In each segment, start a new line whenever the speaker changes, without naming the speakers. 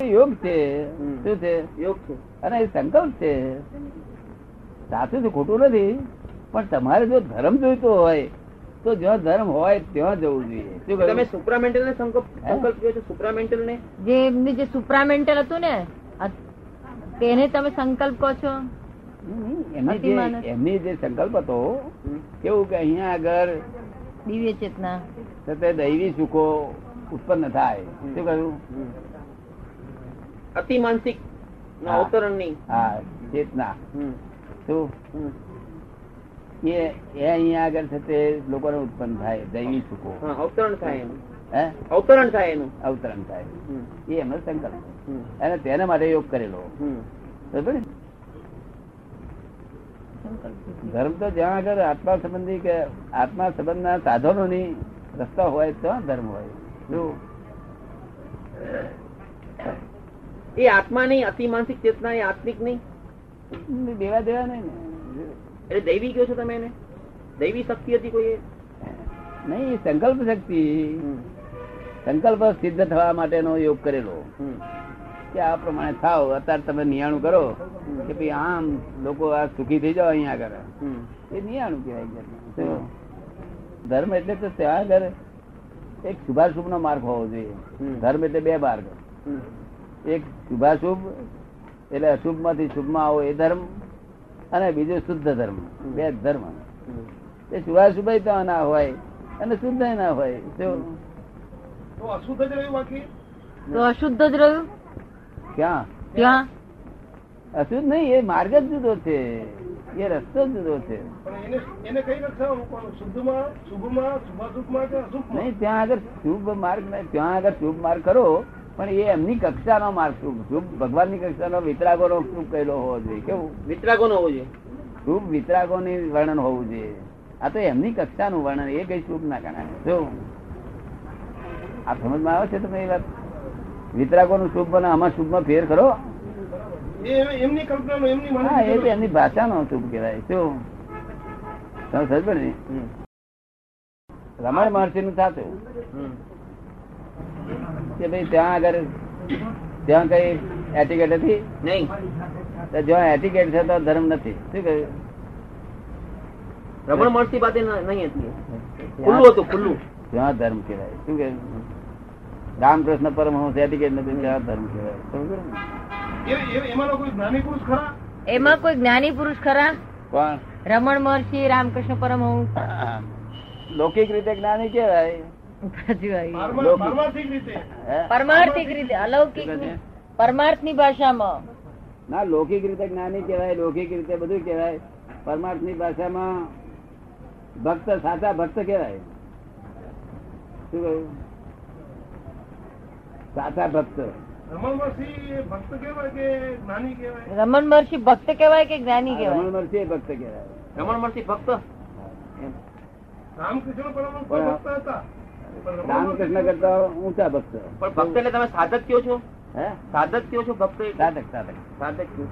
યોગ છે
હમ.
શું છે
યોગ છે
અને એ સંકલ્પ છે સાચું છે ખોટું નથી પણ તમારે જો ધર્મ જોઈતો હોય તો જ્યાં ધર્મ હોય ત્યાં જવું જોઈએ શું કહ્યું?
તમે સુપ્રામેન્ટલ ને સંકલ્પ
હે?
સંકલ્પ કયો છો સુપ્રામેન્ટલ ને
જે એમની જે સુપ્રામેન્ટલ હતું ને અ- તેને તમે સંકલ્પ કહો છો
હમ, એમની જે
અતિમાનસ.
એમની જે સંકલ્પ હતો
હમ.
કેવું કે અહીંયા આગળ
દિવ્ય ચેતના
સતત દૈવી સુખો ઉત્પન્ન થાય શું કહ્યું
હમ. અતિ માનસિક ના
હા.
અવતરણ નહીં
હા ચેતના
હમ.
શું
હમ.
એ એ અહીંયા આગળ થતે લોકોને ઉત્પન્ન થાય દૈવી સુખો
હા, અવતરણ થાય એનું
હે
અવતરણ થાય એનું
અવતરણ થાય
હમ.
એ એમનો સંકલ્પ
હમ.
અને તેના માટે યોગ કરેલો
હમ.
બરોબર ને? ધર્મ તો જ્યાં આગળ આત્મા સંબંધી કે આત્મા સંબંધના સાધનોની રસ્તા હોય ત્યાં ધર્મ હોય શું?
એ આત્મા નહીં અતિ માનસિક ચેતના એ આત્મિક નહીં
દેવા દેવા નહીં ને
એટલે દૈવી કયો છો તમે એને દૈવી શક્તિ હતી કોઈ એ?
નહીં એ સંકલ્પ શક્તિ
હમ.
સંકલ્પ સિદ્ધ થવા માટેનો યોગ કરેલો
હમ.
કે આ પ્રમાણે થાવ અત્યારે તમે નિયાણું કરો કે ભાઈ આમ લોકો આ સુખી થઈ જાવ અહીંયા આગળ
હમ.
એ નિયાણું કહેવાય જાતનું. શું? ધર્મ એટલે તો ત્યાં આગળ એક શુભાશુભ નો માર્ગ હોવો જોઈએ
હમ.
ધર્મ એટલે બે માર્ગ
હમ.
એક શુભાશુભ એટલે અશુભ માંથી શુભમાં આવો એ ધર્મ અને બીજો શુદ્ધ ધર્મ
હમ.
બે જ ધર્મ
હમ.
એ શુભાશુભ તો ના હોય અને શુદ્ધ ના હોય શું?
તો અશુદ્ધ જ રહ્યું બાકી
તો અશુદ્ધ જ રહ્યું
ક્યાં
ત્યાં
અશુદ્ધ નહીં એ માર્ગ જ જુદો છે એ રસ્તો જ જુદો છે
પણ એને એને કઈ રક્ષા મૂકવાનું શુદ્ધમાં શુભમાં શુભાશુભમાં કે અશુભમાં
નહીં ત્યાં આગળ શુભ માર્ગ નહીં ત્યાં આગળ શુભ માર્ગ કરો પણ એ એમની કક્ષાનો માર્ગ શુભ શુભ ભગવાનની કક્ષાનો વિતરાગોનો શુભ કહેલો હોવો જોઈએ કેવું
વિતરાગો નો હોવો જોઈએ
શુભ વિતરાગોની વર્ણન હોવું જોઈએ આ તો એમની કક્ષાનું વર્ણન એ કઈ શુભ ના ગણાય શું આ સમજમાં આવે છે તમે એ વાત વિતરાગોનું શુભ અને આમાં શુભમાં ફેર ખરો
એ એમ- એમની કલ્પનાનો એમની
હા એ તો
માનસિક
એમની ભાષાનો શુભ કહેવાય શું તમે સમજ પડે ને
હમ.
રમણ મહર્ષિનું થતું
હમ.
કે ભાઈ ત્યાં આગળ ત્યાં કઈ એટિકેટ હતી
નહીં
તો જો એટિકેટ છે તો ધર્મ નથી શું કહ્યું
રમણ મળતી બાતે ન- નહીં હતી ખુલ્લું હતું ખુલ્લું
જ્યાં ધર્મ કહેવાય શું કહ્યું રામકૃષ્ણ પરમહંસ એટિકેટ નથી ત્યાં ધર્મ કહેવાય સમજો ને?
એ- એ- એમાંનો કોઈ જ્ઞાની પુરુષ ખરા
એમાં કોઈ જ્ઞાની પુરુષ ખરા
પણ
રમણ મહર્ષિ રામકૃષ્ણ પરમહંસ
લૌકિક રીતે જ્ઞાની કહેવાય
બાજુ આવી
પારમા-
લોકો.
પારમાર્થિક રીતે
હે?
પરમાર્થિક રીતે અલૌકિક
શું કહે છે?
પરમાર્થની ભાષામાં
ના લૌકિક રીતે જ્ઞાની કહેવાય લૌકિક રીતે બધું કહેવાય પરમાર્થની ભાષામાં ભક્ત સાચા ભક્ત કહેવાય શું કહ્યું સાચા ભક્ત
રમણવાસી એ ભક્ત કહેવાય કે જ્ઞાની કહેવાય
રમણ મહર્ષિ ભક્ત કહેવાય કે જ્ઞાની કહેવાય
રમણ મહર્ષિ એ ભક્ત કહેવાય
રમણ મળતી ફક્ત એમ.
રામકૃષ્ણ પરમહંસ તો
પણ-
ભક્ત હતા પણ રમણવાસી-
રામકૃષ્ણ કરતા ઊંચા ભક્ત
પણ ભક્ત એટલે તમે સાધક કયો છો
હે
સાધક કયો છો ભક્ત એટલે?
સાધક સાધક
સાધક કયો.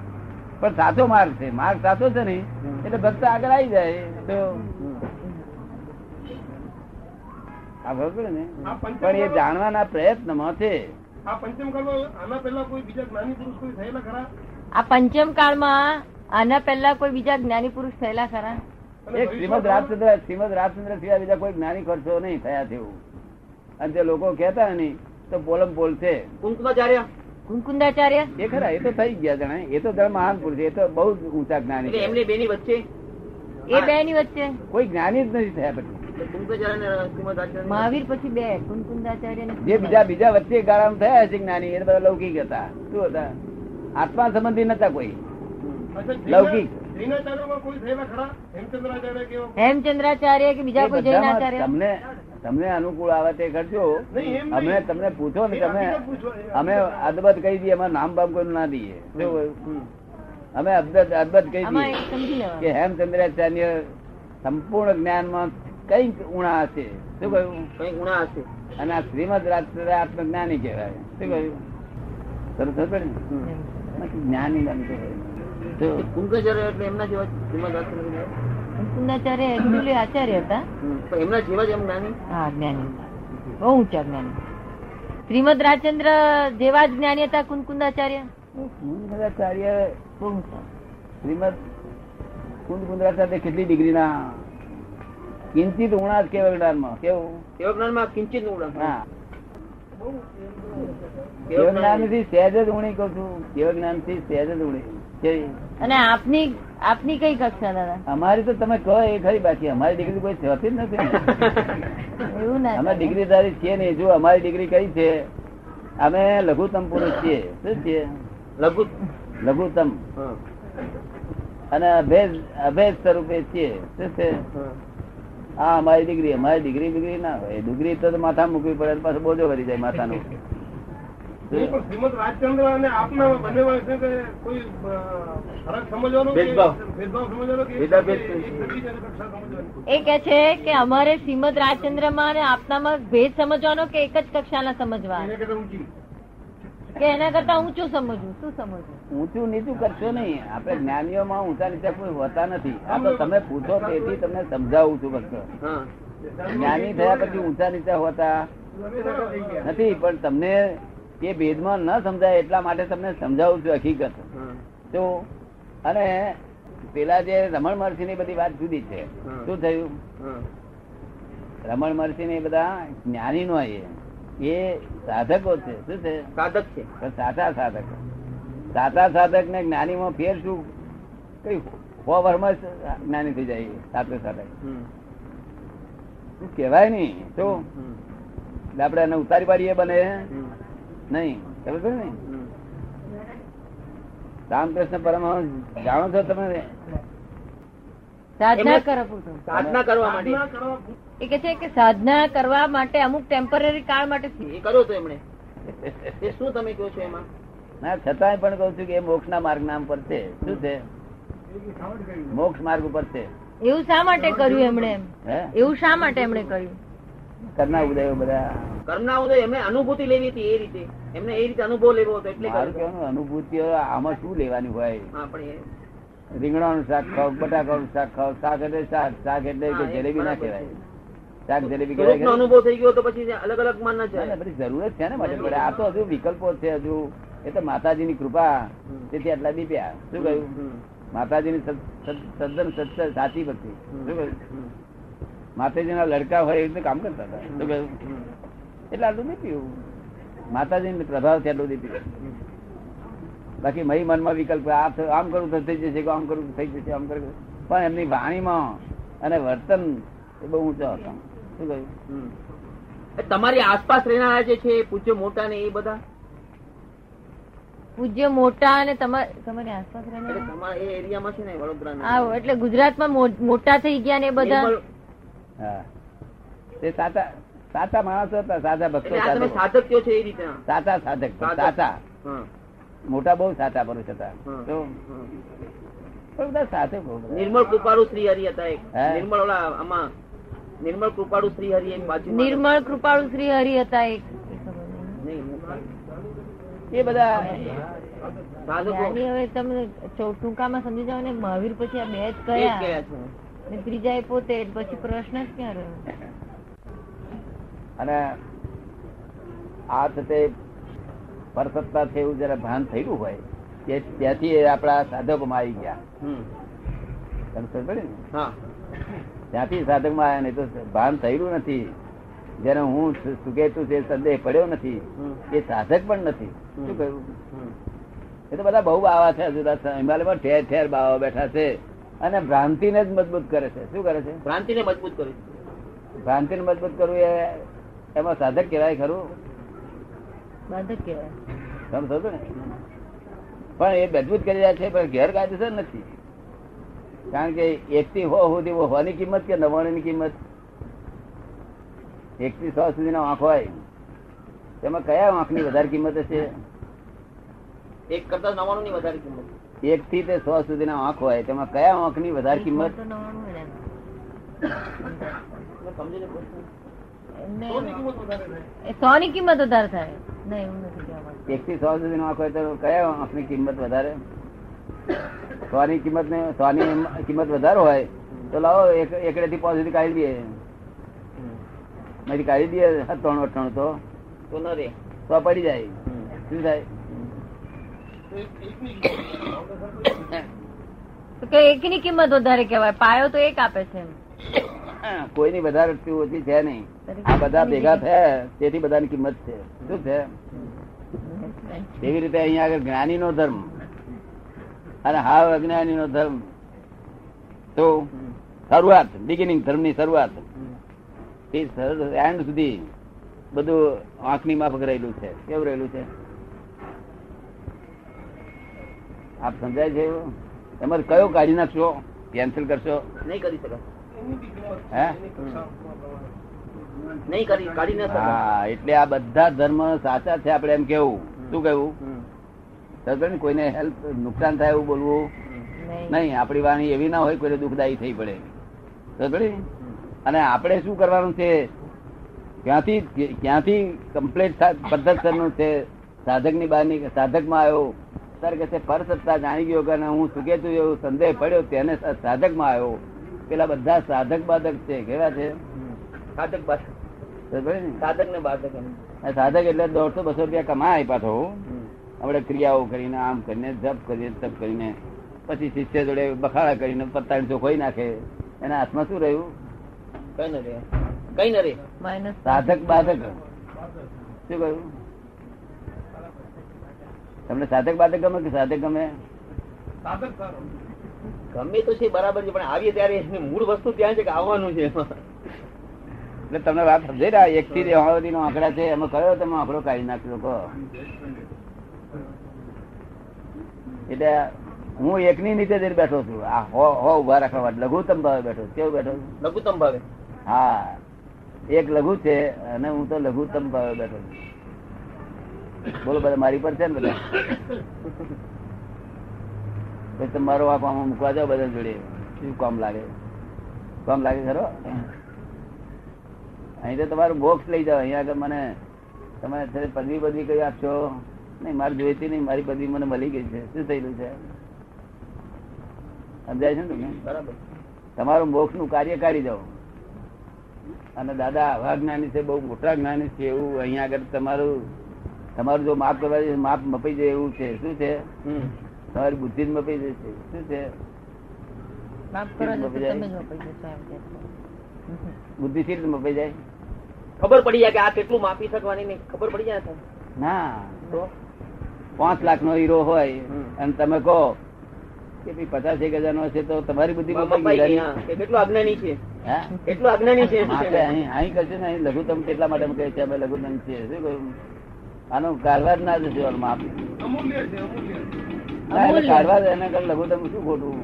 પણ સાચો માર્ગ છે માર્ગ સાચો છે ને
હમ.
એટલે ભક્ત આગળ આવી જાય તો
હમ.
આ ખબર પડે ને
આ પંચમ
પણ એ
કાળમાં-
જાણવાના પ્રયત્નમાં છે
આ પંચમ કાળમાં આના પહેલા કોઈ બીજા જ્ઞાની પુરુષ કોઈ થયેલા ખરા
આ પંચમ કાળમાં આના પહેલા કોઈ બીજા જ્ઞાની પુરુષ થયેલા ખરા
અને
એક શ્રીમદ
ભવિષ્યમાં-
રાજચંદ્ર શ્રીમદ રાજચંદ્ર સિવાય બીજા કોઈ જ્ઞાની ખર્ચો નહીં થયા તેવું અને જે લોકો કહેતા નહીં તો બોલમ બોલશે
કુંકુમાચાર્ય
કુંકુંદાચાર્ય
એ ખરા એ તો થઈ ગયા જણાય એ તો જણ મહાન પુરુષ છે. એ તો બહુ જ ઊંચા જ્ઞાની
એટલે
છે.
એમની બેની વચ્ચે
એ બે ની વચ્ચે
કોઈ જ્ઞાની જ નથી થયા પછી
કુંકુમાચાર્ય ને શ્રીમદાચાર્ય ને-
મહાવીર પછી બે કુંકુંદાચાર્ય ને
જે બીજા બીજા વચ્ચે ગાળામાં થયા છે જ્ઞાની એ બધા લૌકિક હતા શું હતા આત્મા સંબંધી નતા કોઈ
અચ્છા, જૈન-
લૌકિક.
જૈનાચાર્યમાં કોઈ થયેલા ખરા હેમચંદ્રાચાર્ય કે એવા?
હેમચંદ્રાચાર્ય કે બીજા
એ
કોઈ
બધામાં
જૈનાચાર્ય
તમને તમને અનુકૂળ આવે તે કરજો
નહીં, એમ નહીં.
અમે તમને પૂછો ને
એ
તમે
હકીકત પૂછો, એ
અમે
હકીકત.
અદબત કહી દઈએ અમારું નામ બામ કોઈ ના દઈએ શું કહ્યું? અમે અદબત અદબત કહી
આમાં
દઈએ
એ સમજી
કે
લેવાનું
હેમચંદ્રાચાર્ય સંપૂર્ણ જ્ઞાનમાં કંઈક ઉણા હશે શું કહ્યું
કંઈ ગુણા હશે
અને આ શ્રીમદ રાજચંદ્ર આત્મજ્ઞાની કહેવાય શું કહ્યું સરસ ખબર ને? બાકી જ્ઞાની નામ કહેવાય. શું?
કુંકુમાચાર્ય એટલે એમના જેવા જ શ્રીમદાચાર્ય ને બધા.
કુંકુંદાચાર્ય actually આચાર્ય હતા
પણ એમના જેવા જ એમ જ્ઞાની
હા જ્ઞાની બહુ ઊંચા જ્ઞાની શ્રીમદ રાજચંદ્ર જેવા જ જ્ઞાની હતા કુંદકુંદાચાર્ય
કુંદકુંદાચાર્ય શું? શ્રીમદ કુંદકુંદાચાર્ય કેટલી ડિગ્રીના કિંચિત ઉણા જ કેવળ જ્ઞાનમાં કેવું
કેવ જ્ઞાનમાં કિંચિત ઊંડા.
હા
બહુ એમ તો
કેવ
કેવ
જ્ઞાન
જ્ઞાન
થી સહેજ જ ઊણી કહું છું કેવ જ્ઞાન થી સહેજ જ ઊણી કેવી?
અને આપની આપની કઈ કક્ષા દાદા
અમારી તો તમે કહો એ ખરી બાકી અમારી ડિગ્રી કોઈ થતી જ નથી ને.
એવું ના
અમે
થાય.
ડિગ્રીધારી છીએ નહીં જો અમારી ડિગ્રી કઈ છે અમે લઘુત્તમ પુરુષ છીએ શું છીએ
લઘુ
લઘુત્તમ
હા,
અને અભેદ અભેદ સ્વરૂપે છીએ શું છે
હા.
આ અમારી ડિગ્રી અમારી ડિગ્રી ડિગ્રી ના હોય ડિગ્રી તો માથા મૂકવી પડે અને પાછો બોજો ભરી જાય માથાનો
નહીં, પણ શ્રીમદ રાજચંદ્ર અને આપના બંને વચ્ચે કે કોઈ અ, ફરક સમજવાનો કે
ભેદભાવ.
ભેદભાવ સમજવાનો કે
ભેદાભેદ
એક નથી તેને કક્ષા સમજવાની
એ કે છે કે અમારે શ્રીમદ રાજચંદ્રમાં અને આપનામાં ભેદ સમજવાનો કે એક જ કક્ષાના સમજવા
એને કરતા ઊંચી
કે એના કરતા ઊંચું સમજવું શું સમજવું
ઊંચું નીચું કરશો નહીં આપણે જ્ઞાનીઓમાં ઊંચા નીચા કોઈ હોતા નથી આ તો તમે પૂછો તેથી તમને સમજાવું છું ફક્ત
હા.
જ્ઞાની થયા પછી ઊંચા નીચા હોતા
બરાબર થઈ ગયા.
નથી પણ તમને એ ભેદમાં ન સમજાય એટલા માટે તમને સમજાવું છું હકીકત
હા.
તો અને પેલા જે રમણ મહર્ષિ ની બધી વાત જુદી છે
હમ.
શું થયું
હા.
રમણ મહર્ષિ ને એ બધા જ્ઞાની નો એ સાધકો છે શું છે
સાધક છે
પણ સાચા સાધક સાચા સાધક ને જ્ઞાની માં ફેર શું કઈ સો વર્ષમાં જ જ્ઞાની થઈ જાય સાચો સાધક
હમ.
શું કહેવાય નહીં તો
હમ.
એટલે આપણે એને ઉતારી પાડીએ બને
હમ.
નહીં ખબર છે ને
હમ.
રામકૃષ્ણ પરમહંસ જાણો છો તમે
સાધના
એમને-
કરો પૂરતું
સાધના કરવા
સાધના
માટે
કરવા
એ કે છે કે સાધના કરવા માટે અમુક ટેમ્પરરી કાળ માટે
એ કર્યો તો એમણે એ શું તમે કહો છો એમાં
ના છતાંય પણ કહું છું કે એ મોક્ષના માર્ગ નામ પર છે શું છે
એક સાવડ કરી.
મોક્ષ માર્ગ ઉપર છે
એવું શા માટે કર્યું એમણે એમ?
હે
એવું શા માટે એમણે કર્યું
કરના ઉદયો બધા
કર્મના ઉદય એમને અનુભૂતિ લેવી હતી એ રીતે એમને એ રીતે અનુભવ લેવો હતો એટલે
મારું
કર્યું.
કહેવાનું અનુભૂતિઓ આમાં શું લેવાની હોય
હા પણ એ-
રીંગણાનું શાક ખાવ બટાકાનું શાક ખાવ શાક એટલે શાક શાક એટલે
હા,
કે
એ
જલેબી ના
બરાબર
કહેવાય
છે.
શાક જલેબી કહેવાય
સ્વરૂપનો
ખરી?
અનુભવ થઈ ગયો તો પછી અલગ અલગ માં ન
ના,
જાય
ના, બધી જરૂરત છે ને માટે પડે આ તો હજુ વિકલ્પો છે હજુ એ તો માતાજીની કૃપા તેથી આટલા દીપ્યા શું કહ્યું
હમ.
માતાજીની સદ- સદ- સદન સત્ય સાચી ભક્તિ શું કહ્યું
હમ.
માતાજીના લડકા હોય એ રીતે કામ કરતા હતા શું કહ્યું?
હમ.
એટલે આટલું નહીં પીવું માતાજીનો પ્રભાવ છે એટલું નહીં પીવું
હમ.
બાકી મહી મનમાં વિકલ્પ આ થ- આમ કરું તો થઈ જશે કે આમ કરું તો થઈ જશે આમ કરું પણ એમની વાણીમાં અને વર્તન એ બહુ ઊંચા હતા શું કહ્યું
હમ. એ તમારી આસપાસ રહેનારા જે છે એ પૂજ્ય મોટા ને એ બધા
પૂજ્ય મોટા અને તમા- તમારી આસપાસ
એટલે
રહેનારા?
તમારા એ એરિયામાં છે ને વડોદરાના
આવો એટલે ગુજરાતમાં મો- મોટા થઈ ગયા ને એ બધા
નિર્મળ-
હા તે સાચા સાચા માણસો હતા સાચા ભક્તો
એટલે આ તમે
સાધકો.
સાધક કયો છો એ રીતના
સાચા સાધક
સાધક.
સાચા
હા,
મોટા બહુ સાચા પુરુષ હતા
હા,
તો
હા.
પણ બધા સાધકો બધા.
નિર્મળ કૃપાળુ શ્રી હરિ હતા એક
હે?
નિર્મળ ઓલા આમાં નિર્મળ કૃપાળુ શ્રી હરિ એક બાજુ
નિર્મળ કૃપાળુ શ્રી હરિ હતા એક એ ખબર નહીં.
એ બધા
સાધકો
જ્ઞાની હવે તમે ચો- ટૂંકામાં સમજી જાઓ ને મહાવીર પછી આ બે જ
એ જ
કયા
ગયા છે
ને ત્રીજા એ પોતે એટલે પછી પ્રશ્ન જ ક્યાં રહ્યો
અને આ થતે પરસત્તા છે એવું જરા ભાન થયું હોય તે ત્યાંથી એ આપણા સાધકોમાં આવી ગયા
હમ.
તમને ખબર પડી ને?
હા
ત્યાંથી સાધકમાં આવ્યા નહીં તો ભાન થયેલું નથી જેને હું સુ- સુકેતુ છે સંદેહ પડ્યો નથી
હમ.
એ સાધક પણ નથી શું
હમ.
કહ્યું
હમ.
એ તો બધા બહુ બાવા છે હજુ તો હિમાલયમાં ઠેર ઠેર બાવા બેઠા છે અને ભ્રાંતિને જ મજબૂત કરે છે શું કરે છે
ભ્રાંતિને મજબૂત કરી
ભ્રાંતિને મજબૂત કરવું એ એમાં સાધક કહેવાય ખરું
બાધક કહેવાય
તમે સમજો ને પણ એ મજબૂત કરી રહ્યા છે પણ ગેરકાયદેસર નથી કારણ કે એકથી હો સુધી હો હોની કિંમત કે નવાણીની કિંમત એકથી સો સુધીનો આંખ હોય તેમાં કયા આંખની વધારે કિંમત હશે
એક કરતા નવાણું ની વધારે કિંમત
એક થી તે સો સુધીના આંખ હોય તેમાં કયા આંખની વધારે કિંમત
તો નવાણું હોય ને.
તમે સમજો ને પ્રશ્ન?
એમને
સૌની કિંમત વધારે થાય.
એ સોની કિંમત વધારે થાય ના એવું નથી કહેવા માંગતા.
એક થી સો સુધી આંખ હોય તો કયા આંખની કિંમત વધારે સોની કિંમત ને સોની એમ- કિંમત વધારે હોય તો લાવો એક એકડે થી પાંચ સુધી કાઢી દઈએ મારી કાઢી દઈએ ત્રણ અઠાણું તો
તો ન રે
તો પડી જાય શું થાય
તો કે એકની કિંમત વધારે કહેવાય પાયો તો એક આપે છે એમ.
કોઈની વધારે વસ્તુ ઓછી છે નહીં આ બધા ભેગા થયા તેથી બધાની કિંમત છે શું છે એવી રીતે અહીંયા આગળ જ્ઞાની નો ધર્મ અને હાવ અજ્ઞાની નો ધર્મ તો શરૂઆત બિગિનિંગ ધર્મની શરૂઆત એ એન્ડ સુધી બધું આંખની માફક રહેલું છે કેવું રહેલું છે આપ સમજાય છે એવું? તમારે કયો કાઢી નાખશો કેન્સલ કરશો
નહીં કરી શકાય
હે?
નહીં કરી કાઢી ન શકાય
હા એટલે આ બધા ધર્મ સાચા છે આપણે એમ કેવું શું કેવું
હમ.
સમજો ને? કોઈને હેલ્પ નુકસાન થાય એવું બોલવું
નહીં
નહીં આપણી વાણી એવી ના હોય કોઈને દુઃખદાયી થઈ પડે સમજો ને? અને આપણે શું કરવાનું છે ક્યાંથી ક્યાંથી કમ્પ્લેટ પદ્ધતિસરનું છે સાધકની બહારની સાધકમાં આવ્યો ત્યારે કે છે પરસત્તા જાણી ગયો કે અને હું સુખે છું એવો સંદેહ પડ્યો તેને સા- સાધકમાં આવ્યો પેલા બધા સાધક બાધક છે કેવા છે
સાધક બાધક
સમજો ને?
સાધક ને બાધક એમ.
આ સાધક એટલે દોઢસો બસો રૂપિયા કમાય પાછો આપણે ક્રિયાઓ કરીને આમ કરીને જપ કરીને તપ કરીને પછી શિષ્ય જોડે બખાડા કરીને પત્તાને ચોખોઈ નાખે એના હાથમાં શું રહ્યું
કઈ ન રે કઈ ન રે
માઇનસ
સાધક બાધક શું કહ્યું તમને સાધક બાધક ગમે કે સાધક ગમે
સાધક સારો
ગમે તો છે બરાબર છે પણ આવીએ ત્યારે એની મૂળ વસ્તુ ત્યાં છે કે આવવાનું છે એમાં.
એટલે તમને વાત સમજાઈ રહ્યા એક થી દેવાવતી નો આંકડા છે એમાં કયો તમે આંકડો કાઢી નાખ્યો કહો એટલે હું એકની નીચે જઈને બેઠો છું આ હો હો ઉભા રાખવા માટે લઘુત્તમ ભાવે બેઠો છું. કેવું બેઠો છું
લઘુત્તમ ભાવે
હા એક લઘુ છે અને હું તો લઘુત્તમ ભાવે બેઠો છું બોલો બધા મારી પર છે ને બધા પછી તમારો આ કામ મૂકવા જાઓ બધા જોડે શું કામ લાગે કામ લાગે ખરો અહીં તો તમારું બોક્સ લઈ જાઓ અહીંયા આગળ મને તમે અત્યારે પદવી પદવી કઈ આપશો નહીં મારે જોઈતી નહીં મારી પદવી મને મળી ગઈ છે શું થયેલું છે સમજાય છે ને તમને
બરાબર
તમારું મોક્ષ નું કાર્ય કાઢી દો અને દાદા આવા જ્ઞાની છે બહુ મોટા જ્ઞાની છે એવું અહીંયા આગળ તમારું તમારું જો માપ કરવા જઈએ, માપ મપાઈ જાય એવું છે શું છે
હમ
તમારી બુદ્ધિ જ મપાઈ જશે શું છે
માફ કરો છો તો તમે જ વપરી જશો એમ કે છે.
બુદ્ધિથી જ મપાઈ જાય
ખબર પડી જાય કે આ કેટલું માપી શકવાની નહીં ખબર પડી જાય ને સાહેબ.
ના
તો
પાંચ લાખ નો હીરો હોય
હમ.
અને તમે કહો કે ભાઈ પચાસ એક હજાર નો છે તો તમારી બુદ્ધિ મપાઈ
મપાઈ ગઈ,
ગઈ
હા. કે કેટલું આજ્ઞાની છે
હા
કેટલું આજ્ઞાની છે
માટે અહીં અહીં કરશે ને અહીં લઘુત્તમ કેટલા માટે કહે છે અમે લઘુત્તમ છીએ શું કહ્યું આનો કારવાર ના જશે માપ
અમૂલ્ય છે અમૂલ્ય
ના, એટલે કાઢવા દે એના કરતા લઘુત્તમ શું ખોટું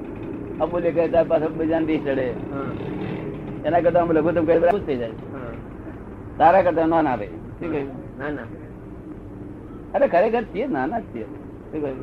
અમૂલ્ય કહેતા પાછો બીજાને દી ચડે
હા,
એના કરતા અમે લઘુત્તમ કહેતા ખુશ થઈ જાય
હા.
તારા કરતા ના ના ભાઈ શું કહ્યું
ના ના
અરે ખરેખર છીએ નાના જ છીએ શું કહ્યું